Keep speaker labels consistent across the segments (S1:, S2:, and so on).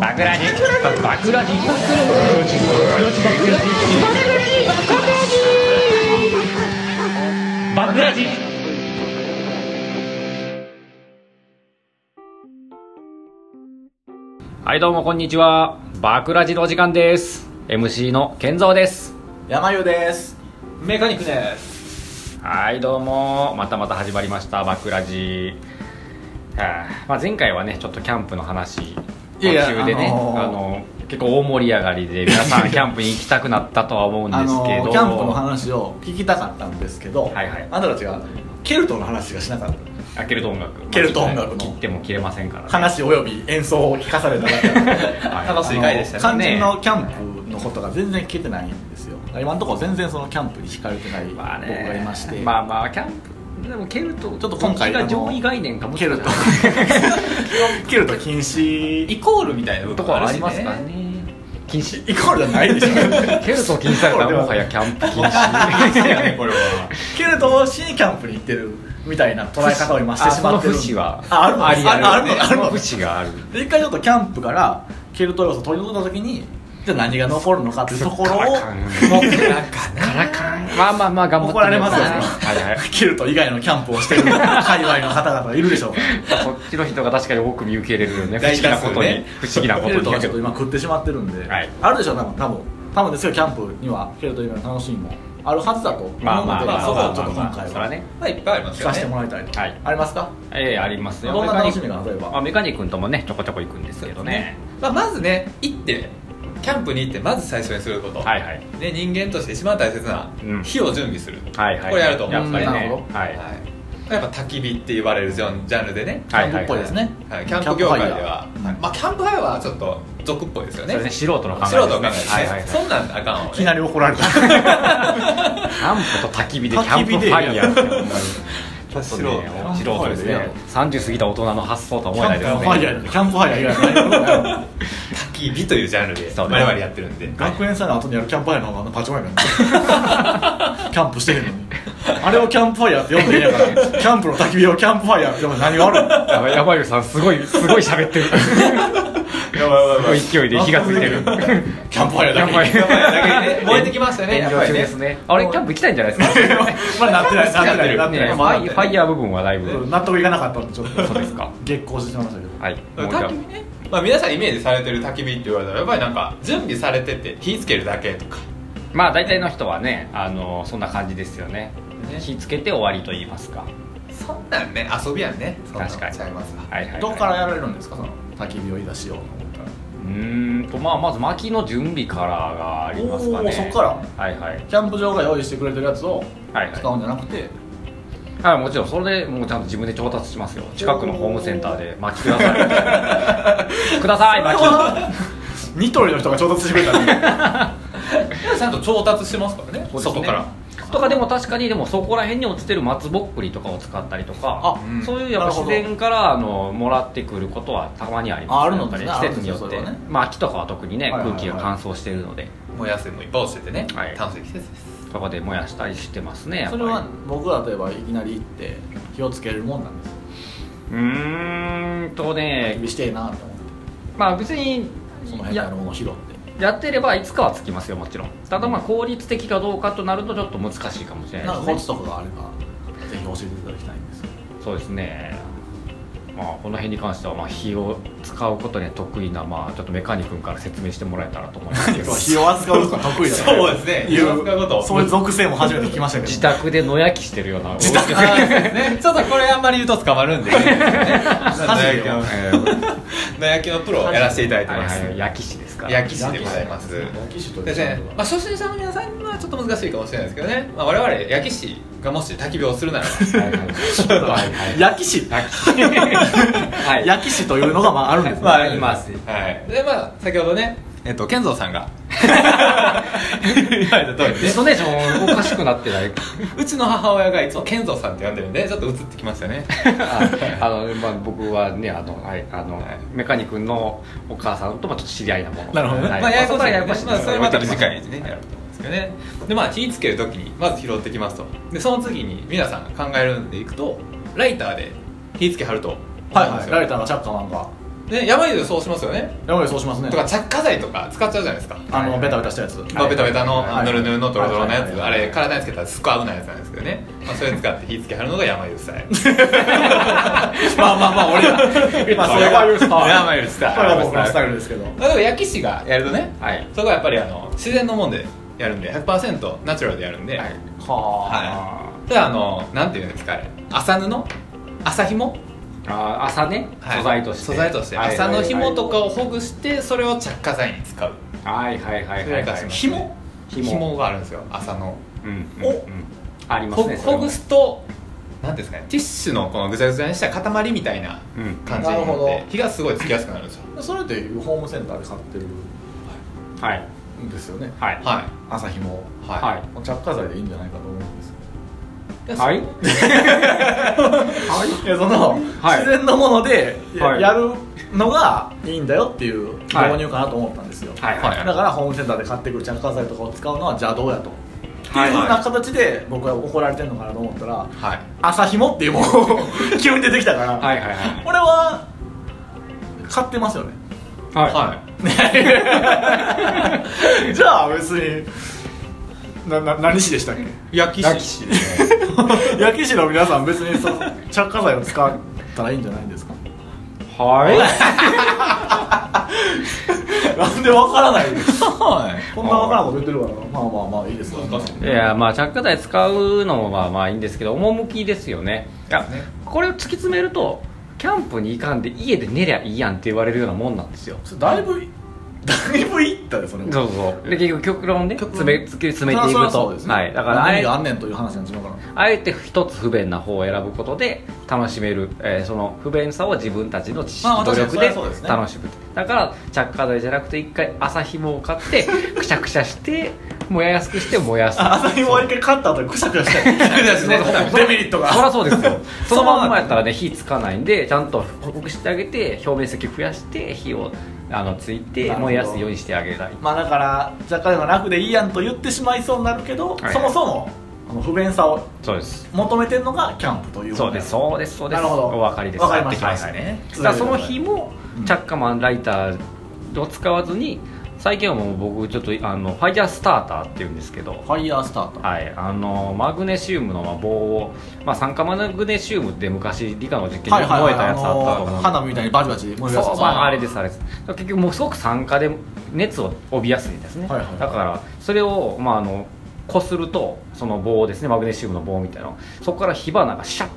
S1: バクラジバクラジバクラジはいどうもこんにちはバクラジのお時間です MC の健三です
S2: 山優です
S3: メカニックです
S1: はいどうもまたまた始まりましたバクラジはあまあ、前回はねちょっとキャンプの話
S2: いやいや
S1: 途中でね、
S2: あのー
S1: あの結構大盛り上がりで皆 さんキャンプに行きたくなったとは思うんです
S2: あの
S1: けど、
S2: キャンプの話を聞きたかったんですけど、
S1: はいはい
S2: あなたたちがケルトの話がしなかった
S1: あケルト音楽
S2: ケルト音楽の
S1: 切っても切れませんから、ね、
S2: 話および演奏を聞かされた だけ
S1: はい
S3: 楽しい回でしたね
S2: 肝心のキャンプのことが全然聞けてないんですよ今のところ全然そのキャンプに惹かれてない僕
S1: まあね
S2: がいまして、
S1: まあまあキャンプでもケルトちょっ
S2: ちょっと今回
S1: が上
S2: あ
S1: 位
S2: の
S1: 概念かもし
S2: ケ
S1: れな
S2: ル
S1: い
S2: トケルト禁止イ
S3: イコールみたいな部
S1: と
S3: 分
S1: こは
S3: もあ
S1: あ
S3: る
S1: り
S3: し
S1: ますから
S3: ね
S1: ね禁止
S2: コールじゃないでしょ
S1: ケルト禁止されたらもはやキャ ンプ禁止
S3: これは
S2: ケルトをしにキャンプに行ってるみたいな捉え方を今してしまってる
S1: あその節は
S2: ああるの
S1: ありある
S2: ああるのある
S1: そ
S2: の
S1: の節がある
S2: で一回ちょっとキャンプからケルト要素を取り除いた時にじゃあ何が残るのかっていうところを
S1: そっからか
S2: もう
S1: からかんまあまあまあ頑張って
S2: 怒られますよ、ね
S1: はいはい
S2: ケルト以外のキャンプをしてる 界隈の方々がいるでしょうから
S1: そっちの人が確かに多く見受け入れるよね不
S3: 大
S1: 思議な
S3: 多数
S1: ことに
S3: ね
S1: 不思議なこ
S2: ケ
S1: と
S2: ルト
S1: に
S2: がちょっと今食ってしまってるんで、
S1: はい
S2: あるでしょう多分多分多分ですけどキャンプにはケルト以外の楽しみもあるはずだと思うので、
S1: まあまあまあ
S2: そこ
S1: まあ
S2: をちょっと今回
S1: そら
S2: は
S1: ね
S3: まあいっぱいあります
S2: 聞
S3: よ
S2: か
S3: ね
S2: せてもらいたいと、
S1: はい
S2: ありますか
S1: ええありますよ
S2: どんな楽しみが
S1: メカニック
S2: 例えば
S1: まあメカニックんともねちょこちょこ行くんですけどね
S3: まあ、まずね行ってキャンプに行ってまず最初にすること、
S1: はいはい
S3: ね、人間として一番大切な
S1: うん
S3: 火を準備する、
S1: はいはい
S3: これやると思
S1: や
S3: う
S1: っ
S3: ん
S1: ぱ
S3: で
S1: り
S3: す
S2: や
S3: よ
S2: ぱ
S3: ね
S1: ねはい
S2: りなるほ
S1: はい
S3: はいやっぱ焚き火って言われるジャンジャンルでね、
S1: はい
S2: キャンプっぽいですね、
S3: はい、キャンプ業界では
S2: キャンプファイヤーうん
S3: まあ、キャンプファイヤーはちょっと俗っぽいですよ
S1: そ
S3: ね
S1: れね素人の考え
S3: 素人の考えですね、
S1: はいはいはい
S3: そんなんあかんわ
S2: いきなり怒られた
S1: キャンプと焚き火でキャン
S2: 焚
S1: プ
S2: き火
S1: フ
S2: で
S1: ァイヤーってほんまにちょ
S3: 素
S1: っと
S3: 人
S1: ね素人ですね30過ぎた大人の発想とは
S2: キ
S1: 思えな
S2: ャ
S1: い
S2: ン
S1: で
S2: プフ
S1: す
S2: ァイヤ
S1: ね
S2: ーキャンプファイヤー以外の何もない
S3: 焚き火というジャンルで
S1: そう
S3: 我
S1: ね
S3: 々やってるんで、
S2: 学園祭の後にやるキャンプファイヤーの方があのパチモンやからねキャンプしてへんのにあれをキャンプファイヤーって呼んでいいんやからねキャンプの焚き火をキャンプファイヤーって呼んで何が悪いの
S1: やばいやばいよさんすごい すごい喋ってる
S3: やばいや
S1: すごい勢いで火がついてる
S2: キャンプファイヤーだけ
S1: キャンプファイヤー
S3: やばいやばいやばいやばいやばいやばいやばいやばいやばい燃えてき ました
S1: 炎
S3: ねやっ
S1: 上
S3: ぱり
S1: 中
S3: ね
S1: ですねあれキャンプ行きたいんじゃないですか
S2: まあなってないなってない
S1: ね
S2: なってな
S1: フ
S2: いまあ
S1: ァイファイヤー部分はだいぶ
S2: 納得いかなかったんでちょっと
S1: そうですか
S2: 激高してしまいましたけど
S1: はいもうじゃ
S3: 焚き火ね、まあ、皆さんイメージされてる焚き火って言われたらやっぱりなんか準備されてて火つけるだけとか
S1: あまあ大体の人はねあのそんな感じですよね
S3: ね
S1: 火つけて終わりと言いますか
S3: そんなんね遊びやんねそんなん
S1: 確かに
S3: ちゃいますわ
S1: はいはいはい
S2: どこからやられるんですかその焚き火をいざしよう
S1: うーんとまあまず薪の準備からがありますかね
S2: おーそっから
S1: はいはい
S2: キャンプ場が用意してくれてるやつを
S1: はいはい
S2: 使うんじゃなくて
S1: はいもちろんそれでもうちゃんと自分で調達しますよ近くのホームセンターで薪ください ください薪
S2: ニトリの人が調達してくれたんで
S3: ちゃんと調達してますからね
S1: そうですね
S3: そこから
S1: とかでも確かにでもそこら辺に落ちてる松ぼっくりとかを使ったりとか
S2: あ
S3: うん
S1: そういうやっぱ自然からあのもらってくることはたまにあります
S2: ああるのですね
S1: やっぱり季節によっ
S2: あ
S1: て
S2: るんですねそれはね
S1: まあ秋とかは特にね
S2: はいは
S1: 空
S2: いはい
S1: 気が乾燥しているので
S3: もう野生もいっぱい落ちててね、
S1: はい
S3: 楽しい季節です
S1: そこで燃やしたりしてますねやっぱ
S2: そ
S1: り
S2: れは僕らといえばいきなり行って火をつけるもんなんです
S1: うーんとね
S2: 焚き火してえなと思って
S1: まあ別に
S2: その
S1: い
S2: 辺
S1: や
S2: のものを拾って
S1: やってればいつかはつきますよもちろんただまあ効率的かどうかとなるとちょっと難しいかもしれな
S2: ないんか
S1: で
S2: コ
S1: す
S2: ツ
S1: ね
S2: とかがあればぜひ教えていただきたいんですけど
S1: そうですねまあこの辺に関してはまあ火を使うことには得意なまあちょっとメカニ君から説明してもらえたらと思いますけ ど
S2: 火を扱うのが得意だね
S3: そうですね
S2: い
S3: 火を扱うこと
S2: そういう属性も初めて聞きましたけど
S1: 自宅で野焼きしてるような自宅
S3: あーそうですねちょっとこれあんまり言うと捕まるんで、ね、
S2: 火事よ
S3: 野焼きのプロをやらせていただいてます、
S1: 焼き師ですから
S3: 焼き師でございます
S2: 焼き師という
S3: ですね、まあ、初心者の皆さんはちょっと難しいかもしれないですけどね、まあ、我々焼き師がもし焚き火をするならば
S1: はいはいはいはい
S2: 焼き師
S1: 焼き師 はい
S2: 焼き師というのがまああるんですね
S3: まあ、
S1: います
S3: はい。で、まあ、先ほどね、えっと、健三さん が言われた通り
S1: デス
S3: ね
S1: トネーションおかしくなってないう
S3: ちの母親がいつも健三さんって呼んでるんで、ちょっと映ってきましたね。
S1: ああの、まあ、僕はねあの、はい、あの、
S3: はい
S1: メカニ君のお母さんとまあちょっと知り合いなもの
S2: なるほどね
S1: はい
S3: まあ、ややこしい
S1: まあそこは
S3: ね
S1: ややこしい
S3: まあ、それまた次回にね、やると思うんですけどね。で、まあ、火つけるときに、まず拾ってきますと。で、その次に、皆さんが考えるんでいくと、ライターで火つけはると思うんですよ。
S2: はいはいライターがチャッカマンが
S3: ね山にいるとそうしますよね
S2: やっぱりそうしますね
S3: とか着火剤とか使っちゃうじゃないですか
S2: あのベタベタしたやつ
S3: まあベタベタの
S2: はい
S3: ぬるぬるのドロドロのや
S2: はい
S3: つ
S2: はい
S3: あれ体につけたらすっごい危ないやつなんですけどね、まあ、それ使って火つけはるのが山ゆうさいまあまあまあ俺ら
S2: まあそれが
S3: 山ゆうさい
S2: これは僕のスタイルですけど
S3: 例えば焼き師がやるとね、
S1: はい
S3: そこはやっぱりあの自然のもんでやるんで100%ナチュラルでやるんで、
S1: はい
S2: は
S3: ただあのなんていうんですかあれ麻布麻紐
S1: あー朝ね、
S3: はい
S1: 素材として
S3: 素材として
S1: はい
S3: 麻の紐とかをほぐしてそれを着火剤に使う
S1: はいはいはい
S3: そ
S1: は
S3: れ
S1: い
S3: が
S1: はい
S3: 紐
S1: 紐
S3: 紐があるんですよ麻の
S1: うんうん
S3: お
S1: うんありま
S3: ほ
S1: すねそれ
S3: ほ
S1: も
S3: ぐすとなんていうんですかねティッシュのこのぐちゃぐちゃにした塊みたいな
S1: うん
S3: 感じに
S2: な
S3: なっ
S2: るほ
S3: て
S2: ど
S3: 火がすごいつきやすくなるんですよ
S2: いそれでホームセンターで買ってる
S1: はい
S2: んですよね
S1: はい
S3: は
S2: 朝日も
S3: いはい、
S1: はい
S2: 着火剤でいいんじゃないかと思うんです
S3: で
S1: はい
S2: いやその、
S1: はい
S2: 自然のものでや,、
S1: はい
S2: るのがいいんだよっていう導入かなと思ったんですよ、
S1: はい
S3: は
S1: はいい
S2: だからホームセンターで買ってくる着火剤とかを使うのは邪道やと、
S1: はい
S2: っていうふうな
S1: は
S2: 形で僕は怒られてるのかなと思ったら
S3: はい
S2: 朝ひもっていうものを 急に出てきたから、
S1: いはいはい
S2: 俺は買って ますよね
S1: はい
S3: は
S2: じゃあ別になな何市でしたっけ
S3: い焼き
S1: 焼き
S3: 師
S2: 焼き師の皆さん別にその着火剤を使ったらいいんじゃないんですか
S1: は
S2: なんでわからないんですか
S3: はい
S2: こんなわからんこと言ってるからなまあまあまあいいですよ
S3: 確かに
S1: いいやまあ着火剤使うのはまあいいんですけど趣ですよねいや
S3: ね
S1: これを突き詰めるとキャンプに行かんで家で寝りゃいいやんって言われるようなもんなんですよ
S2: それだいぶだいぶいったでそれ
S1: そうそうで結局極論ね
S2: 極論
S1: 詰め突き詰めてい
S2: そりゃ
S1: く
S2: そ
S1: と
S2: うですね
S1: はいだからあ
S2: 何
S1: え
S2: があんねんという話なんですよだから
S1: あえて一つ不便な方を選ぶことで楽しめる、えーその不便さを自分たちの知
S2: まあ
S1: 識努力
S2: 確かに
S1: で
S2: それはそうですね
S1: 楽しむ、だから着火剤じゃなくて一回朝紐を買ってくしゃくしゃして燃ややすくして燃やす
S2: あ朝日もう一回勝った後にくしゃくしゃ した
S3: くしゃくしゃして
S2: デメリットが
S1: そりゃそうです よそ
S3: その
S1: の
S3: まま
S1: まんまやったらね火つかないんでちゃんと報告してあげて表面積増やして火をあのついて
S2: なるほど
S1: 燃えやすいようにしてあげたい
S2: まあだから若干が楽でいいやんと言ってしまいそうになるけど、
S1: はい
S2: そもそもこの不便さを
S1: そうです
S2: 求めてるのがキャンプという
S1: そうですそうですそうです
S2: なるほど
S1: お分かりです
S2: わかりました
S1: やってきま
S2: ね
S1: だからその日も
S2: うん
S1: チャッカマンライターを使わずに最近はもう僕ちょっとあのファイヤースターターっていうんですけど
S2: ファイヤースターター
S1: はい、あのマグネシウムのまあ棒を、まあ、酸化マグネシウムって昔理科の実験で燃えたやつあったと思うんですけど
S2: のー花火みたいにバチバチ燃えるやつ
S1: そうまあ、あれですあれです結局もうすごく酸化で熱を帯びやすいんですね、
S2: はいはい
S1: だからそれをまああのこするとその棒ですねマグネシウムの棒みたいなのそこから火花がシャッ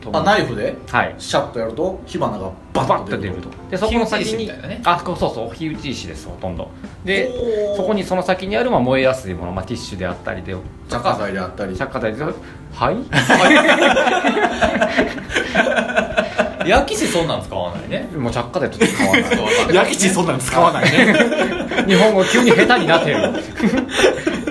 S1: と
S2: あナイフで
S1: はい
S2: シャッとやると火花が
S1: バ
S2: バ
S1: ッ
S2: ッ
S1: と
S2: と
S1: 出
S2: 出
S1: る
S2: る
S1: と
S2: と
S1: でそこの先
S3: 火打ち石み
S1: に
S3: たいなね
S1: あそうそうそう火打ち石ですほとんどで
S2: おー
S1: そこにその先にあるまあ燃えやすいもの、まあ、ティッシュであったりで
S2: 着火剤であったり
S1: 着火剤ではい
S3: 焼き師そんなん使わないね
S1: もう着火剤と変わらない
S2: 焼き地そんなの使わないね
S1: 日本語急に下手になってる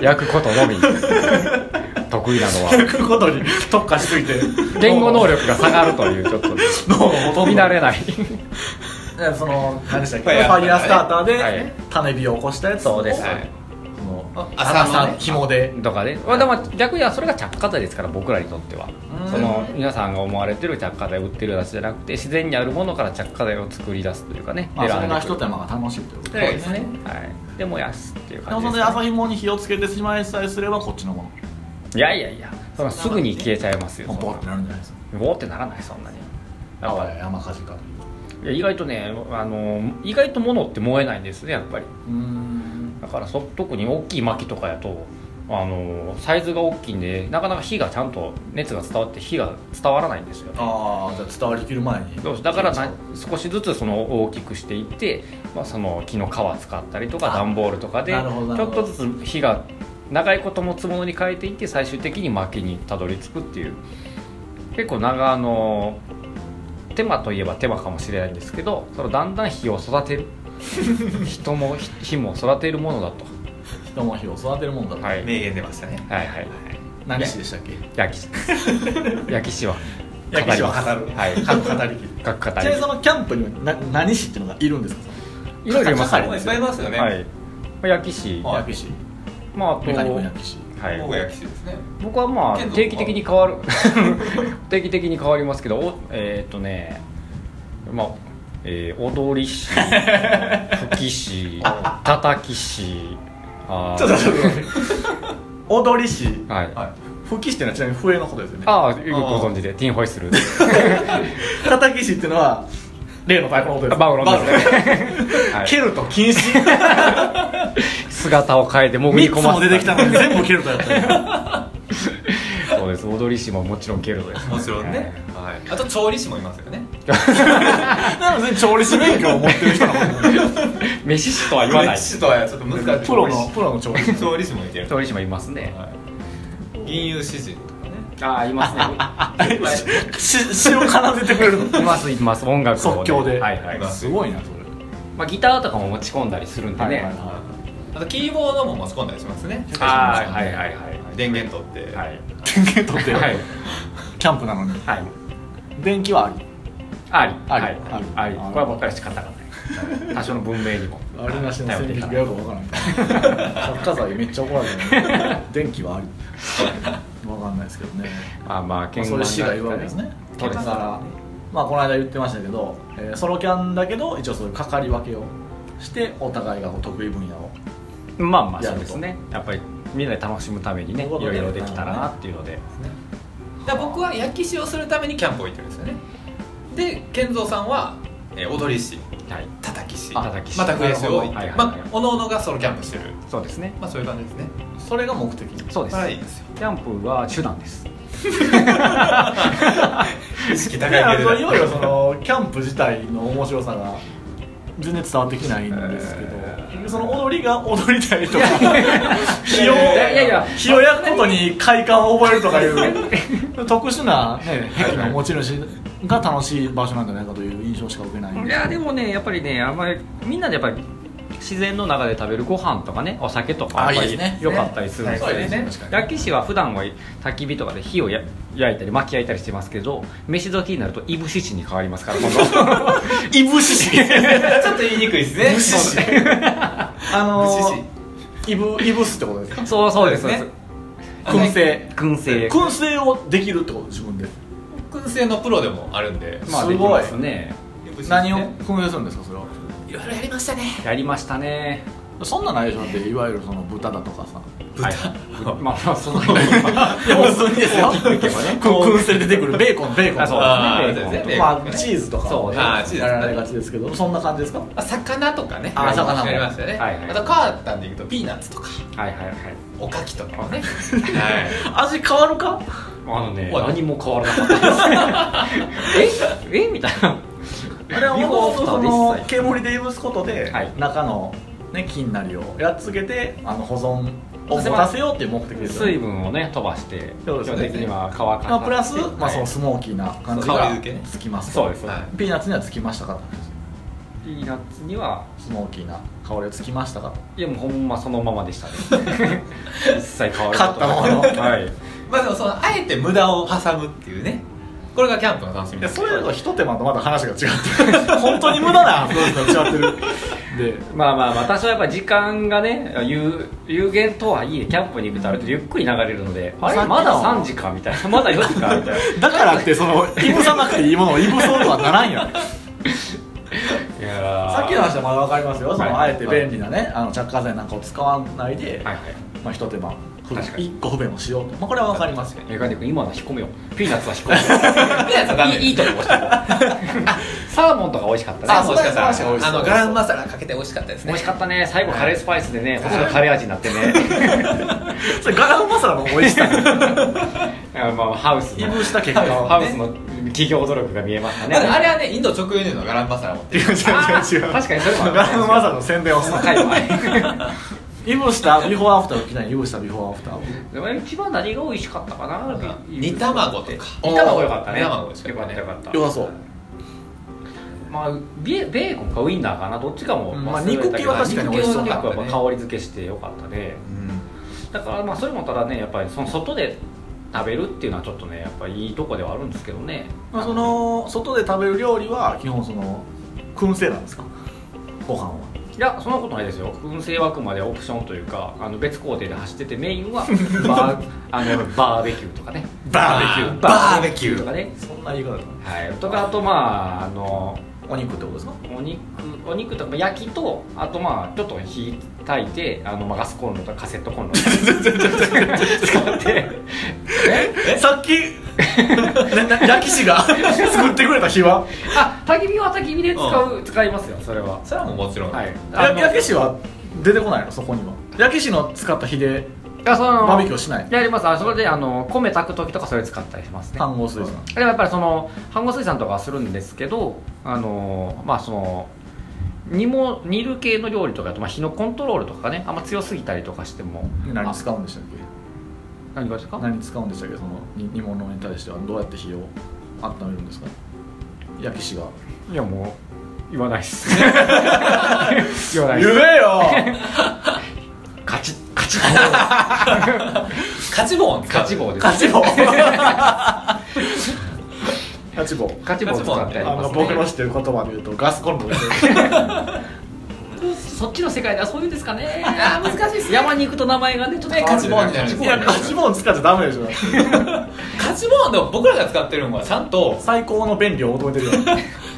S1: 焼くことのみ得意なのは
S2: 焼く ことに特化しすぎて
S1: 言語能力が下がるというちょっと
S2: 脳のほとん
S1: 見
S2: ど
S1: 慣れない
S2: えその何でしたっけ
S3: ファイヤー
S2: ファイヤースターター
S1: は
S2: で
S1: い
S2: 種火を起こしたやつを
S1: そうです
S2: そ
S3: はい
S2: の
S3: あ朝のね
S2: 朝紐で
S1: とかね、まあ、でも逆にはそれが着火剤ですから僕らにとっては
S2: うん
S1: その皆さんが思われてる着火剤を売ってるやつじゃなくて自然にあるものから着火剤を作り出すというかね、
S2: まあそれが
S1: 選ん
S2: 一
S1: で
S2: 手間が楽しいということ
S1: く
S2: で
S1: る
S3: 手
S1: そうですねはいで燃やすっていう
S2: でも
S1: 感じ
S2: そ
S1: で、
S2: れです
S1: ね、
S2: 朝紐に火をつけてしまいさえすればこっちのも
S1: いやいやいやそのすぐに消えちゃいますよ
S2: の
S1: そんな
S2: ボーってなるんじゃないですか
S1: ボーってならないそんなにだ
S2: あ
S1: か
S2: わ
S1: ら
S2: や山火事かという
S1: いや意外とねあの意外と物って燃えないんですねやっぱり
S2: うん
S1: だからそ特に大きい薪とかやとあのサイズが大きいんでなかなか火がちゃんと熱が伝わって火が伝わらないんですよね
S2: ああじゃあ伝わりきる前に
S1: どうしだからな少しずつその大きくしていって、まあ、その木の皮使ったりとか
S2: あ
S1: 段ボールとかでち
S2: なるほどなる
S1: ょ
S2: ほ
S1: っ
S2: ど
S1: とずつ火が長いこと持つものに変えていって最終的に薪にたどり着くっていう結構長あの手間といえば手間かもしれないんですけどそのだんだん火を育 てる人も火火も育てるものだと。
S2: 人も火を育てるもんだと
S1: はい
S3: 名言出ましたね
S1: はいはい
S2: 何市でしたっけ
S1: 焼き 師焼き師は
S2: 焼き師は語る
S1: はい
S2: 各語りきる
S1: 書く
S2: ち
S1: 方
S2: なみ
S1: に
S2: にそのキャンプにはな何師っていうのがいるんですか
S1: いろいろいます
S2: 係
S1: よ
S3: もういっぱいいますよね、
S1: はいまあ焼き師
S3: はい
S2: 焼き師
S1: まああと
S2: メカニック焼き師
S1: はい
S3: 僕が焼き師ですね
S1: 僕はまあ
S3: 剣道
S1: 定期的に変 わる定期的に変わりますけどおえーっとねまあえー踊り 師吹き師叩き師あー
S2: ちょっと待ってちょっと踊り師
S1: はい
S3: は
S2: 吹き師っていうのはちなみに笛のことですよね
S1: ああよくご存知でティンホイッスル
S2: 叩き師っていうのは例の太鼓のことです
S1: バウロンですね、は
S2: 蹴
S1: い、
S2: ると禁止
S1: 姿を変えて潜り
S2: 3
S1: 込
S2: つ
S1: ま
S2: も
S1: せ
S2: 出てきたのに全部蹴るとやったよ
S1: そうです踊り師ももちろんケルトです
S3: もちろんね
S1: はい
S3: あと調理師もいますよね
S2: なので調理師免許を持ってる人なの
S1: 飯師とは言わない
S3: とはちょっと難しい
S2: プロのプロの調理師
S3: 調理師もいてる
S1: 通り師もいますね
S3: はい銀融詩人とかね
S1: ああいますね
S2: し詩を奏でてくれるの
S1: いますいます音楽を、ね、
S2: 即興で
S1: はいはい、
S2: すごいなそれ
S1: まあ、ギターとかも持ち込んだりするんでね、
S2: はいはいは
S3: あとキーボードも持ち込んだりしますね
S1: あーはいはいはい
S3: はい電源取って
S1: はい
S2: 電源取って
S1: はい
S2: キャンプなのに
S1: はい
S2: 電気はあり
S1: あり
S2: あり
S1: はい
S2: あり
S1: ありこれは僕ら仕方がない多少の文明にも
S2: あれなしの線引き がよくわからん作家罪めっちゃ怒られる電気はありわかんないですけどね
S1: まあまあ
S2: まあ
S1: 鍵
S2: そ
S1: 盤
S2: れ
S1: が
S2: 次第はですね
S1: そう
S2: だ
S1: で
S2: か
S1: す
S2: らまあこの間言ってましたけど、えーソロキャンだけど一応そういうかかり分けをしてお互いがこう得意分野を
S1: まあまあそうですねやっぱりみんなで楽しむためにねい
S2: ということ
S1: ろ
S2: で
S1: いろできたらなっていうので
S3: だから僕は焼き師をするためにキャンプを行ってるんですよねで健三さんは、えー踊り師
S1: はい
S3: 叩き師
S1: あ叩き師
S3: また笛師
S1: なるほ
S3: を行って、
S1: どはいはい
S3: ま
S1: はい
S3: あおのおのがソロキャンプしてる
S1: そうですね
S3: まあそういう感じですね
S2: それが目的
S1: そうです、
S3: それはいいですよ
S1: キャンプは手段です
S3: 意識
S2: だから
S3: だ
S2: いよいよそのキャンプ自体の面白さが全然伝わってきないんですけど、その踊りが踊りたいとか日を
S1: いやいやいや
S2: 日を焼くことに快感を覚えるとか いう特殊な、ね、癖の持ち主が楽しい場所なんじゃないかという印象しか受けないん
S1: い
S2: です
S1: や
S2: け
S1: で
S2: ど
S1: もねやっぱりねあんまりみんなでやっぱり自然の中で食べるご飯とかねお酒とか
S2: あ
S1: やっぱ
S2: いい
S1: り
S2: ですね
S1: 良かったりするんですよ
S3: そうですね
S2: 確かに
S1: 焼き師は普段は焚き火とかで火をや焼いたり巻き焼いたりしてますけど飯時になるといぶし地に変わりますから今度
S2: いぶ しし
S3: ちょっと言いにくいですね
S2: しあのいぶいぶすってことですか
S1: そうそうですそうです
S3: ね
S2: 燻製
S1: 燻製
S2: 燻製をできるってこと自分で
S3: 燻製のプロでもあるんで
S1: まあ
S2: す
S1: でき
S2: ごい
S1: ますね
S2: 何を燻製するんですかそれはい
S3: ろいろやりましたね
S1: やりましたね
S2: そんなないでしょだっていわゆるその豚だとかさ
S3: 豚
S1: はいまあまあその辺が
S2: いや本当にですよ燻製出てくるベーコンベーコン
S1: あそう
S3: あ
S1: で
S3: ー
S1: すね
S3: そうですねベ
S2: ま
S3: ーコン
S2: あ
S3: ね
S2: チーズとか
S1: そう
S3: あーチーズ
S2: やられがちですけどそんな感じですか
S3: まあ魚とかね
S2: あ魚も
S3: やりましたね、
S1: はいはい
S3: あと変わったんでいくとピーナッツとか
S1: はいはいはい
S3: おかき とかもねはい
S2: 味変わるか
S1: あのね
S3: おい
S1: 何も変わらなかったです ええみたいな
S2: あれは
S1: ビフォーアフター
S2: そ
S1: で
S2: の
S1: 一切
S2: 煙でいぶすことで、
S1: はい
S2: 中の、ね、菌なりをやっつけてあの保存を持たせようっていう目的ですよ
S1: 水
S2: ね
S1: 分をね飛ばして基
S2: そう
S1: 本
S2: です
S1: 的
S2: ね
S1: には乾か
S2: まあ、プラス、
S1: はい
S2: まあ、そのスモーキーな感じが
S3: 香り付けね
S2: つきます
S1: そうです、
S3: はい
S2: ピーナッツにはつきましたかと
S1: ピーナッツには
S2: スモーキーな香りがつきましたかと
S1: いやもうほんまそのままでした ね一切変わる
S2: 買ったもの
S1: はい
S3: まあでもそのあえて無駄を挟むっていうねこれがキャンプの楽しみ
S2: い
S3: で
S2: や
S3: す
S2: そ れと一手間とまだ話が違ってる 本当に無駄な話が違ってるで
S1: まあまあまあ多少やっぱ時間がね有有限とはいえキャンプに行くとある程度ゆっくり流れるので、あ
S2: さ
S1: れ
S2: っきの
S1: まだ3時かみたいな まだ4時かみたいな
S2: だからってそ のいぶさなくていいものをいぶそうとはな らんやん
S1: いやー
S2: さっきの話はまだ分かりますよその
S1: は
S2: あ
S1: い
S2: えて便利なねあの着火剤なんかを使わないで、
S1: はいはい
S2: まあ、一手間
S1: 確かに
S2: 一個不便をしようと、まあ、これは分かりますよ
S1: メガネ君今の引っ込めようピーナッツは引っ込
S3: ピーナッツはダ
S1: め
S3: メ
S1: よういいいいとこ押してこうあサーモンとか美味しかったね
S3: あ、そう美味しかっ
S2: そうです
S3: た。あのガラムマサラかけて美味しかったですね。
S1: 美味しかったね最後カレースパイスでねほとんどカレー味になって ね
S2: それガラムマサラの美味しさ
S1: あまあハウス
S2: い
S1: の
S2: ぶした結果を
S1: ハウスの企業努力が見えましたね
S3: まああれはね、インド直輸入のガラムマサラ持ってる。
S2: 違う違う違う
S1: あー確かにそれもある
S2: ガラムマサラの宣伝をする
S1: はいはい
S2: いぶしたビフォーアフターを着ないいぶしたビフォーアフターを
S1: でも一番何が美味しかったかな
S3: 煮卵とか。
S1: 煮卵よかったね
S3: 煮卵美味し
S1: よ
S3: か
S1: か
S3: っ
S1: ったた
S3: ね
S1: よかった
S2: よさそう
S1: まあビベーコンかウインナーかなどっちかも
S2: うん
S1: 忘れたけど
S2: まあ肉系は確かに美味しそうだったね
S1: 肉系は結構やっぱ香り付けしてよかったねだからまあそれもただねやっぱりその外で食べるっていうのはちょっとねやっぱりいいとこではあるんですけどね
S2: まあ、その外で食べる料理は基本その燻製なんですかご飯はい
S1: やそんなことないですよ燻製枠までオプションというかあの別工程で走っててメイン はバーあのバーベキューとかね
S3: バーベキュー
S1: バーベキューとかね
S2: そんな言い方だ
S1: はいとかあとまああの
S2: お肉ってことですか
S1: お肉お肉とか焼きとあとまあちょっと火炊いてあのまあガスコンロとかカセットコンロ使って
S2: えさっき なな焼き師が 作ってくれた火は
S1: あ焚き火は焚き火で使う、使いますよそれは
S3: それはもうもちろん、
S1: はいあ
S2: や
S1: の
S2: 焼き師は出てこないのそこには焼き師の使った火で
S1: あその
S2: バーベキューをしない
S1: やりますあそれであの米炊く時とかそれ使ったりしますね
S2: 半合水産
S1: でもやっぱりその半合水産とかはするんですけどあのまあその煮も煮る系の料理とかだと、まあ、火のコントロールとかねあんま強すぎたりとかしても
S2: 何
S1: あ
S2: 使うんでしたっけ
S1: 何がですか
S2: 何使うんでしたっけその煮煮物に対してはどうやって火を温めるんですか焼き師が
S1: いやもう言わないっ す言わない
S2: 言
S1: っす
S2: えよ
S1: カチッ
S2: カ チッ
S3: カチボーン使う
S1: カチ棒です
S2: カチボカチボ
S1: カチ棒を使ってやり
S2: あ
S1: ま
S2: の
S1: す、
S2: 僕の
S1: ね、
S2: 知ってる言葉で言うとガスコンロです
S1: そっちの世界ではそういうんですかねあー難しいっす、山に行くと名前がねちょっと変わるんで
S3: ねカチ棒になるんです
S2: いやガチボン使っちゃダメでしょ
S3: カチボーンでも僕らが使ってるのはちゃんと
S2: 最高の便利を求めてるよ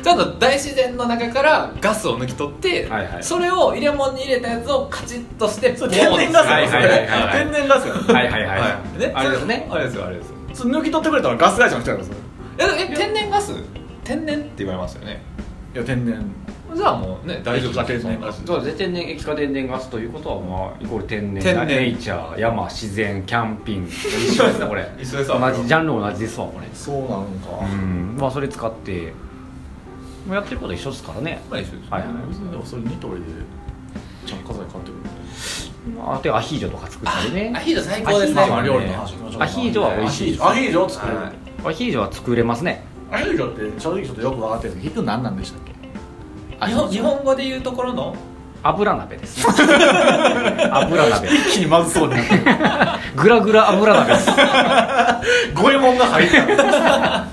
S3: ちゃんと大自然の中からガスを抜き取って、
S1: はいはい
S3: それを入れ物に入れたやつをカチッとして
S2: それ天然ガス
S3: ボーン
S2: よ
S3: と
S1: は
S3: する
S2: そ
S1: いはい
S2: れ
S1: はいはい
S2: 天然ガスよ
S1: はいはいはい、
S3: はいね
S1: あれですね
S3: あれですよあれですよ
S2: それ抜き取ってくれたらガス会社の人やろそれ
S3: ええ天然ガス天然って言われますよね
S2: いや天然
S3: じゃあもうね大丈夫ですよね
S2: 天然ガス
S1: そうですね天然液化天然ガスということはまあイコール天然
S3: 天然
S1: ネイチャー山自然キャンピング一緒ですねこ れ
S3: 一緒ですわ
S1: 同じジャンル同じですわこれ
S2: そうなのか
S1: うんまあそれ使ってもうやってること一緒ですからね
S3: まあ一緒ですよね
S1: はいはい
S2: でもそれニトリで着火剤買ってくる
S1: あとアヒージョとか作ったりね
S3: アヒージョ最高ですね
S1: アヒージョね
S2: 料理の話行きましょう
S1: アヒージョは美味しいです
S2: アヒージョ作る
S3: はい
S1: アヒージョは作れますね
S2: アヒージョって正直ちょっとよく分かってるんですけど結局何なんでしたっけ
S3: 日本日本語で言うところの
S1: 油鍋 ですね油鍋
S2: 一気にまずそうになってる
S1: グラグラ油鍋です
S2: 五右衛門が入った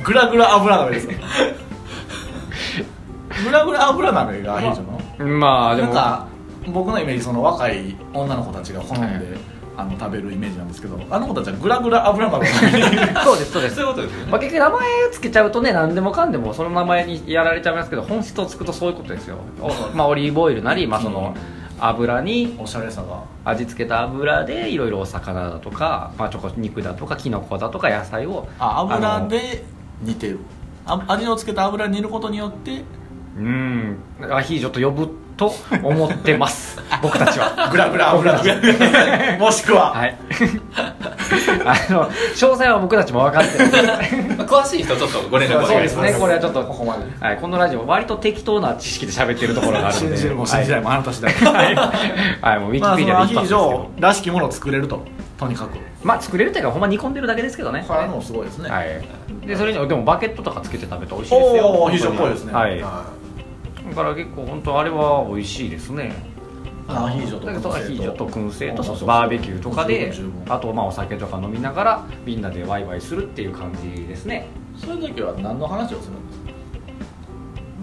S2: グラグラ油鍋ですグラグラ油鍋がアヒージョの
S1: まあで
S2: な
S1: も
S2: んか僕のイメージその若い女の子たちが好んで、
S1: はい
S2: あの食べるイメージなんですけどあの子たちはグラグラ油鍋を食べて
S1: そうですそうです
S3: そういうことですよね
S1: まあ、結局名前つけちゃうとね何でもかんでもその名前にやられちゃいますけど本質をつくとそういうことですよ、おまあ、オリーブオイルなり、まあ、その油に
S2: おしゃれさが
S1: 味付けた油でいろいろお魚だとか、まあ、ちょこ肉だとかきのこだとか野菜を
S2: あ
S1: あ
S2: 油
S1: の
S2: で煮てるあ味をつけた油に煮ることによって
S1: うんアヒージョと呼ぶと思ってます 僕たちは
S2: グラグラ 油鍋もしくは、
S1: はい あの詳細は僕たちも分かってるんで
S3: まあ詳しい人ちょっとご連絡お
S1: そう
S3: 願
S1: で
S3: い
S1: す
S3: し
S1: ね
S3: ます
S1: これはちょっと
S2: ここまで
S1: はい、このラジオ割と適当な知識で喋ってるところがあるん
S2: 信
S1: で
S2: じるも信じないも、あなた次第
S1: はい、はい、もうウィキ
S2: まあ
S1: ペ
S2: そ
S1: デ
S2: の
S1: ィ
S2: ア
S1: アで
S2: ヒ
S1: 一発
S2: ー
S1: ですけ
S2: ジ
S1: ど
S2: ョらしきものを作れるととにかく
S1: まあ作れるというかほんま煮込んでるだけですけどね
S2: これはもうすごいですね、
S1: はいでそれにでもバケットとかつけて食べて美味しいですよ
S2: おおアヒージョっぽいですね、
S1: はい
S2: あ
S1: だから結構本当あれは美味しいですね
S2: アヒージョと
S1: だけどアヒージョと燻製と
S2: そうそうそう
S1: バーベキューとかで
S2: 十分
S1: あとまあお酒とか飲みながらみんなでワイワイするっていう感じですね
S2: そういう時は何の話をするんですか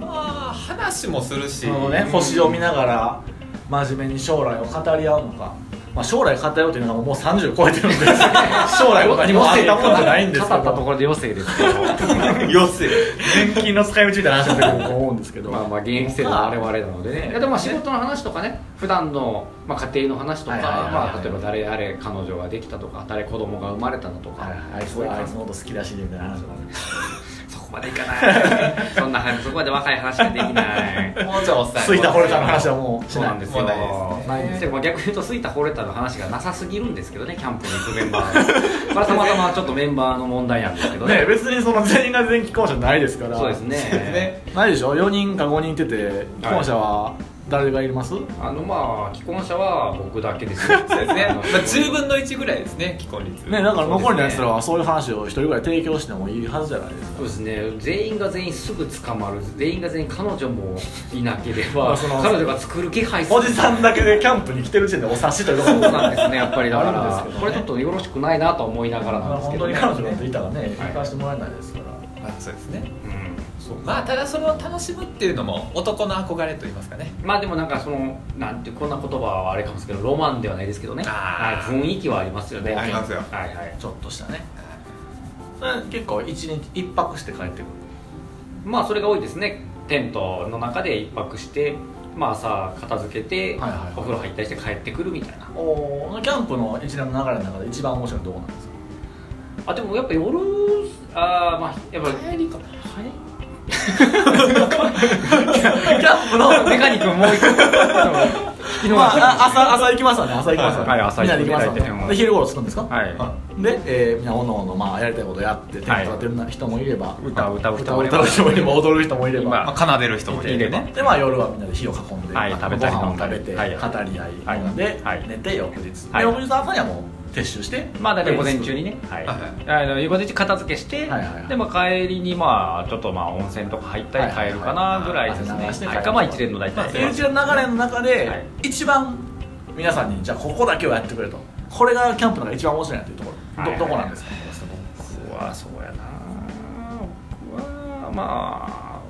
S3: まあ話もするし、
S2: そのね星を見ながら真面目に将来を語り合うのか、まあ、将来語り合うというのはもう30超えてる んで将来を何もあったもんじゃないんですけ
S1: 語ったと
S2: ど
S1: ころで余生ですけど
S3: よせ
S2: 年金の使い道みたいな話だと思うんですけど
S1: まあまあ現役生の我々なのでねいやでもまあ仕事の話とかね普段のまあ家庭の話とか
S2: はいはいはいはい
S1: まあ例えば誰あれ彼女ができたとか誰子供が生まれたのとか
S2: あいつ
S1: そういう
S2: はあい
S1: 感
S2: つ
S1: じ
S2: のこと好きだしねみたいな話とかね
S1: そこまでいかない。 そんな話、そこまで若い話ができ ない。
S3: もうちょいおっさん
S2: ついた惚れたの話はもう
S1: そうなんですよ。
S3: もうないですね
S1: ないんですよまあ逆に言うと、スイタ・ホレタの話がなさすぎるんですけどね、キャンプに行くメンバー。これはたまたまちょっとメンバーの問題なんですけど
S2: ね
S1: ね。
S2: 別にその全員が全員既婚者ないですから
S1: そうですね
S3: ね。
S2: ないでしょ4人か5人いてて既婚者は誰がいます、
S1: あのまあ、既婚者は僕だけですよ。
S3: そうですね、
S1: あ
S3: まあ
S1: の、
S3: 10分の1ぐらいですね既婚率
S2: ねだから残りのやつらはそういう話を一人ぐらい提供してもいいはずじゃないですか
S1: そうですね全員が全員すぐ捕まる全員が全員彼女もいなけれ
S2: ま
S1: ば
S2: あその
S1: 彼女が作る気配する
S2: おじさんだけでキャンプに来てる時点でお察しというこ
S1: そ
S2: と
S1: うなんですねやっぱりだか
S2: あるんです
S1: ら、
S2: けどね
S1: これちょっとよろしくないなと思いながらなんですけ
S2: 本
S1: ど、
S2: 当
S1: ね、
S2: に彼女なんていたらね
S1: はい
S2: 聞かせてもらえないですから
S3: まあそうですね
S1: うん
S3: まあただそれを楽しむっていうのも男の憧れと言いますかね
S1: まあでもなんかそのなんてこんな言葉はあれかもですけどロマンではないですけどねはい
S3: あー
S1: 雰囲気はありますよね
S3: ありますよ
S1: はいはい
S2: ちょっとしたねそれ結構一日一泊して帰ってくる
S1: まあそれが多いですねテントの中で一泊して、まあ、朝片付けて、
S2: はいはいはい
S1: お風呂入ったりして帰ってくるみたいな
S2: おーキャンプの一連の流れの中で一番面白いのはどこなんですか
S1: あでもやっぱ夜あーまあやっぱ
S2: 帰りか
S1: は
S2: キャンプの
S1: いメカニックもう一個昨日
S2: ま
S1: は
S2: あ、あ朝朝行きますわね朝行きますわね、
S1: はいはい朝行
S2: みん
S1: く
S2: なで行きま
S1: 大体
S2: すわ
S1: う
S2: ね
S1: ん
S2: で昼頃着くんですか、
S1: はい、
S2: で、えー、みんなおのおの、まあ、やりたいことやってテント立てる人もいれば、
S1: 歌を歌う人
S2: 歌
S1: も
S2: を
S1: いれ
S2: 歌
S1: ば
S2: う人もいれば踊る人もいれば、
S1: ま
S3: まあ、奏でる人もいて
S1: い
S3: ね
S2: でまあ夜はみんなで火を囲んで、
S1: はい
S2: まあ
S1: 食べたり
S2: ご飯
S1: 飲んだ
S2: を
S1: り
S2: 食べて、
S1: はい
S2: 語り合い、
S1: はい
S2: 飲んで、
S1: はい
S2: 寝て翌日、
S1: はい
S2: で翌日の朝にはもう撤収して
S1: まあ大体午前中にね、はい
S3: はい
S1: あの午前中片付けして、
S2: はいはいはい
S1: でまあ、帰りにまあちょっとまあ温泉とか入ったり
S2: はいはい
S1: 帰るかなぐらいですね、
S2: はいはいはい
S1: はいかまあ一連の大
S2: まあ
S1: 体
S2: そういう一連の流れの中で、
S1: はい
S2: 一番皆さんにじゃあここだけはやってくれとこれがキャンプの中で一番面白いなというところ、
S1: はいはい
S2: どどこなんですか
S1: 僕はそうやな僕はま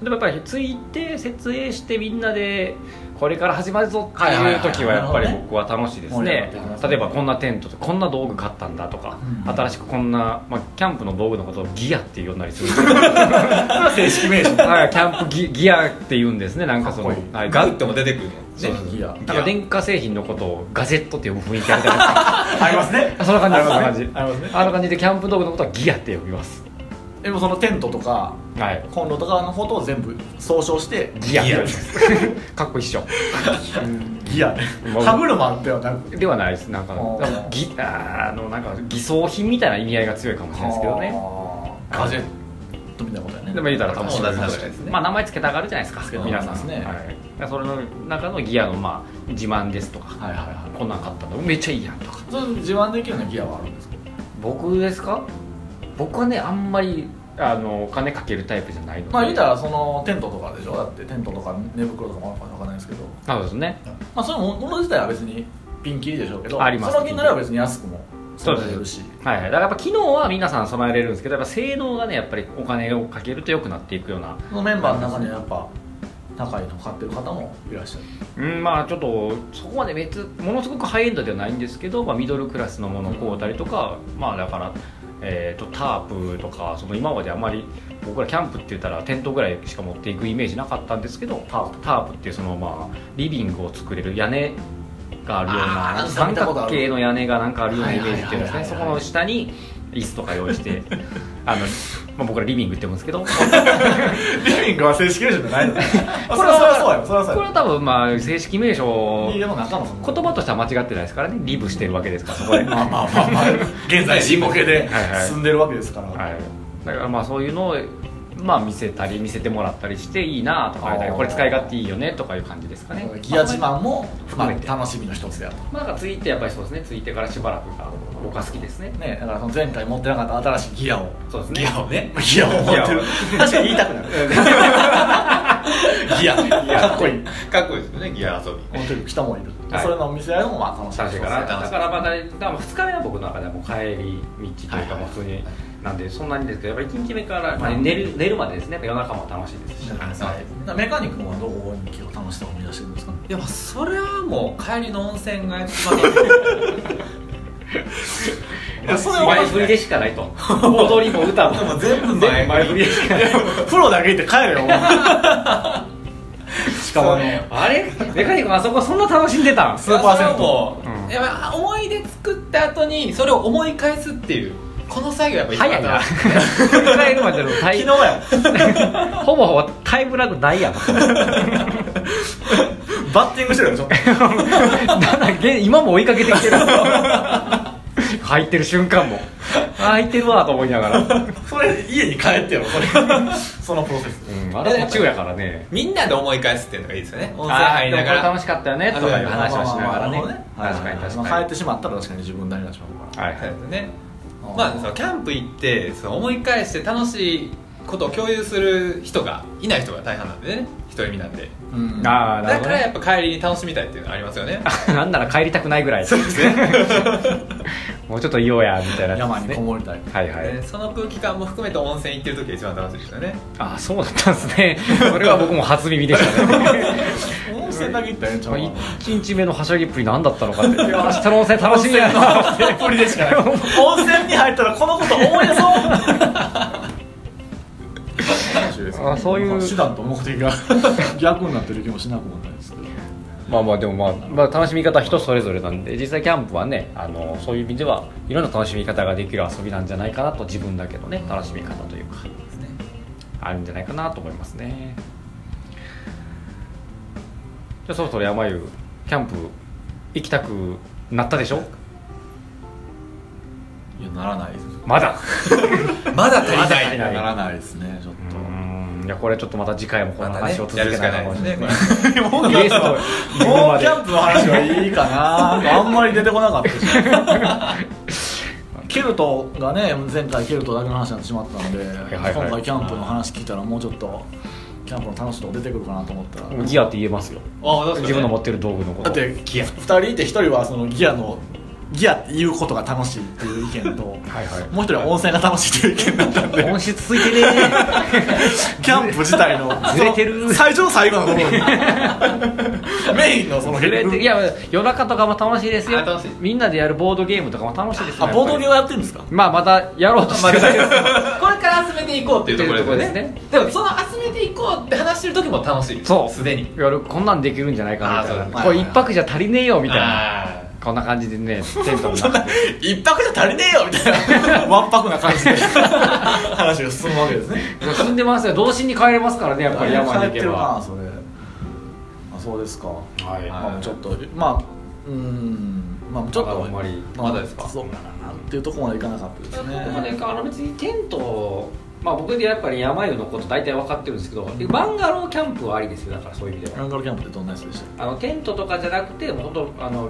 S1: あでもやっぱりついて設営してみんなでこれから始まるぞって
S2: はいはい
S1: い
S2: は
S1: う
S2: い
S1: 時はやっぱり
S2: なるほどね
S1: 僕は楽しいです
S2: 盛り上がっ
S1: ね
S2: てきますね
S1: 例えばこんなテントとかこんな道具買ったんだとか、
S2: うん
S1: 新しくこんな、まあ、キャンプの道具のことをギアっていうようになりする
S2: 正式名称
S1: はいキャンプギギアって言うんですねなんかその
S2: かっこいい
S1: はい、
S3: ガ
S1: ガ
S3: ウッとも出てくるね
S2: そう
S3: ね
S2: ギア
S1: なんか電化製品のことをガジェットって呼ぶ雰囲気あるじゃないですか
S2: ありますね
S1: そんな感じですそんな感
S2: あります
S1: じ
S2: ねありますね
S1: あの感じでキャンプ道具のことはギアって呼びます
S2: でもそのテントとか
S1: はい
S2: コンロとかのことを全部総称して
S1: ギア
S3: ギア
S1: かっこ一緒
S2: ギアね
S1: まあ
S2: 歯車ではなく
S1: ではないですなんか
S2: おー
S1: ギあーあのなんか偽装品みたいな意味合いが強いかもしれないですけどね
S2: あーガジェットみたいなことやね
S1: でも言うたら楽しい
S3: 同じ流れですね
S1: まあ名前つけたがるじゃないです
S2: つけ
S1: か
S2: たがり
S1: 皆
S2: ます
S1: さん
S2: ね
S1: はい、だからそれの中のギアのまあ自慢ですとか
S2: はいはいはい
S1: こんなん買ったのめっちゃいいやんとか
S2: それ自慢できるようなギアはあるんですか
S1: 僕ですか僕はねあんまりあのお金かけるタイプじゃないので
S2: まあ言うたらそのテントとかでしょだってテントとか寝袋とかわかんないですけど
S1: そうですね
S2: まあそのもの自体は別にピンキリでしょうけど
S1: あります
S2: その気になれば別に安くも
S1: そうです
S2: れるし
S1: はいはい、だからやっぱ機能は皆さん備えれるんですけどやっぱ性能がねやっぱりお金をかけると良くなっていくような
S2: そのメンバーの中にはやっぱ高いの買ってる方もいらっしゃる
S1: うんまあちょっとそこまで別ものすごくハイエンドではないんですけど、まあ、ミドルクラスのものを買うたりとか、まあだから、えー、とタープとかその今まであまり僕らキャンプって言ったらテントぐらいしか持っていくイメージなかったんですけどタープっていうそのまあリビングを作れる屋根があるよう
S2: あー
S1: な
S2: なんか
S1: 三
S2: 見たこ
S1: 角
S2: とある
S1: 形の屋根がなんかあるようなイメージっていうんですか
S2: はいはいはいはい
S1: ねそこの下に椅子とか用意して あの、まあ、僕らリビングって言うんですけど。
S2: リビングは正式名称じゃない のこれ
S1: こ
S2: はそりゃそうよそれはそう
S1: こ
S2: よ
S1: れは多分まあ正式名称
S2: いいでも中もその
S1: 言葉としては間違ってないですからねリブしてるわけですからそこで
S2: まあまあまあまあ現在進歩系で
S1: はいはい
S2: 進んでるわけですから、
S1: はい、だからまあそういうのをまあ見せたり見せてもらったりしていいなとか
S2: あー
S1: これ使い勝手いいよねとかいう感じですかね
S2: ギア自慢も、ま
S1: 含
S2: あ、
S1: めて
S2: 楽しみの一つであると
S1: まあなんかついてやっぱりそうですねついてからしばらくが僕は好きですね
S2: ねだからその前回持ってなかった新しいギアを
S1: そうですね
S3: ギアをね
S2: ギアを持ってる確かに言いたくなるギアかっこいい
S3: かっこいいですよねギア遊び
S2: 本当に人もいる、
S1: はい
S2: それのお店合いもまあ楽しみ
S1: 楽しいかな
S3: そうですね
S1: だからまだだから2日目は僕の中ではもう帰り道というか
S2: はいはい
S1: もう普通になんでそんなにですけどやっぱり1日目から、まあ、寝る寝るまでですねやっぱ夜中も楽しいですし
S2: はい、メカニックのはどこに気を楽しさを生み出してるんですか
S3: いやまあそれはもう帰りの温泉が一番
S2: いやそれは
S1: 前振りでしかないと踊りも歌も
S3: もう全部前
S1: 前振りでしかない
S2: プロだけ行って帰れよ お前しかもあの
S1: あれメカニックあそこそんな楽しんでたん
S2: スーパー銭湯
S3: もう、
S1: うん
S3: やっぱ思い出作った後にそれを思い返すっていうこの作業やっぱ一番
S1: 早いな
S3: 楽し
S1: 振り返るまでのタ
S2: 昨
S1: イ
S2: 日や
S1: ほぼほぼタイムラグないやん
S2: バッティングしてるよちょっと
S1: なんだげ今も追いかけてき てる入ってる瞬間もあ入ってるわと思いながら、
S2: それ家に帰ってよそれそのプロセス
S1: うん、あれ途中やからね
S3: みんなで思い返すっていうのがいいです よね
S2: 温
S3: 温
S2: 泉
S3: 泉入りなが
S1: でもこれ
S3: ら
S1: 楽しかったよねとかいう話をしながらね
S2: まあまあまあまあ
S1: 確かに確
S2: まあ
S1: か
S2: 帰っ
S1: に
S2: てしまったら確かに自分なりになってしまうか
S1: は
S3: そう
S1: い
S3: ですね
S2: あー
S3: まあそのキャンプ行ってその思い返して楽しいことを共有する人がいない人が大半なんでね独り身なんで
S2: ら、うん
S1: ああなる
S3: だ
S1: ほ
S3: か
S1: ど
S3: ら
S1: ね
S3: やっぱ帰りに楽しみたいっていうのはありま すよね
S1: なんなら帰りたくないぐ らいもうちょっといようやみたいなやつ
S2: 山
S1: です
S2: に
S1: ね
S2: こもりたい
S1: はいはい、
S3: でその空気感も含めて温泉行ってる時が一番楽しいですよね
S1: あそうだったんですね それは僕も初耳でした ね
S2: 温泉だけ行ったらええんちゃうかな
S1: 1日目のはしゃぎっぷり何だったの かっていや明日の温泉楽しみやな
S2: 温泉っぷりでしかない温泉に入ったらこのこと思い出そう
S3: 集ですけど
S1: あそういう
S2: 手段と目 的が逆になってる気もしなくもないですけど
S1: まあまあでもまあ、まあ、楽しみ方は人それぞれなんで実際キャンプはねあのそういう意味ではいろんな楽しみ方ができる遊びなんじゃないかなと自分だけのね楽しみ方というか
S3: ですね
S1: あるんじゃないかなと思いますねじゃあそろそろ山湯キャンプ行きたくなったでしょ
S2: いやならないです
S1: まだ
S3: まだ足り
S1: まだ足
S3: な
S1: り
S3: い
S1: な
S2: ならないですねちょっと
S1: いやこれちょっとまた次回もこの話を続けな
S3: またねやるしかない
S1: す ねもう ゲスト
S2: もうキャンプの話はいいかなあんまり出てこなかったし ケルトがね前回ケルトだけの話になってしまったので、
S1: いはい
S2: 今回キャンプの話聞いたらもうちょっとキャンプの楽しさが出てくるかなと思ったら、
S1: プギアって言えますよ
S3: あ
S1: 自分の持ってる道具のこと
S2: だって
S3: ギア
S2: 2人いて1人はそのギアのギアっていうことが楽しいっていう意見 と
S1: はいはい
S2: もう1人は温泉が楽しいっていう意見だったんで
S1: 音質ついてね
S2: キャンプ自体の
S1: ずれてる
S2: その最上最後の 部分メインのその
S1: ずれていや夜中とかも楽しいですよ
S3: あ楽しい
S1: みんなでやるボードゲームとかも楽しいですよ
S2: あボードゲ
S1: ム
S2: ームやってるんですか
S1: まあまたやろうとしてるだけです
S3: これから集めていこうっていうところですね
S1: って
S3: でもその集めていこうって話してる時も楽しいです
S1: そう
S3: すでに
S1: 夜こんなんできるんじゃないかなみたい
S3: あそう
S1: な
S3: だ
S1: これ一泊じゃ足りねえよみたいな
S3: あ
S1: こんな感じでねテントもなって
S2: 一泊じゃ足りねえよみたいな わんぱくな 感じで話が進むわけですね
S1: 死んでますよ童心に帰れますからねやっぱり山に行けば
S2: それあそうですか、
S1: はい
S2: まあ、もうちょっとまあうーんまあちょっと
S1: まだあんまり
S2: あ
S3: まだですか
S2: そうかなっていうところまでいかなかったですね
S1: 僕もね、あの別にテント、まあ、僕でやっぱり山湯のこと大体分かってるんですけど、バンガローキャンプはありですよ、だからそういう意味で
S2: ラ
S1: は。
S2: ンガルキャンプってどんなやつでした
S1: あのテントとかじゃなくて、もう本当あの、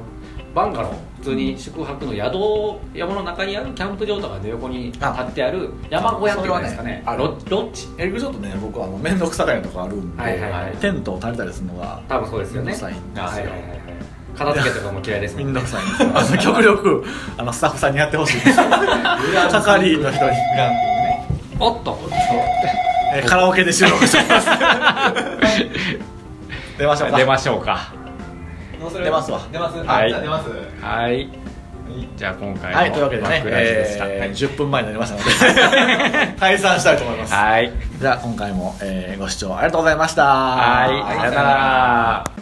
S1: バンガロー、普通に宿泊の宿を、山の中にあるキャンプ場とかの横に立ってある山小屋っていうんですかね、
S2: それはね
S1: あロッロッジ、
S2: エリクちょっとね僕はあの面倒くさがいのとかあるんで、
S1: はいはいはい
S2: テントを借りたりするのが
S1: 多分そうですよね。
S2: 面倒くさいんですよ
S1: はいはいはいはい片付けとかも嫌いですも
S2: 面
S1: んね
S2: 倒くさいんですよあの極力あのスタッフさんにやってほしいです係員の人に
S3: ーランキングね
S1: おっと
S2: えーカラオケで収録してます 出ましょうか
S1: 出ましょうか
S3: もうそれ
S2: 出ますわ
S3: 出ます
S1: はい
S3: じゃあ出ます
S1: はいじゃあ今回の
S2: はい、というわけでね
S1: バッ、クラジで
S2: え
S1: した
S2: ー10分前になりましたので 解散したいと思います
S1: はい
S2: じゃあ今回も、えーご視聴ありがとうございました
S1: はいさよなら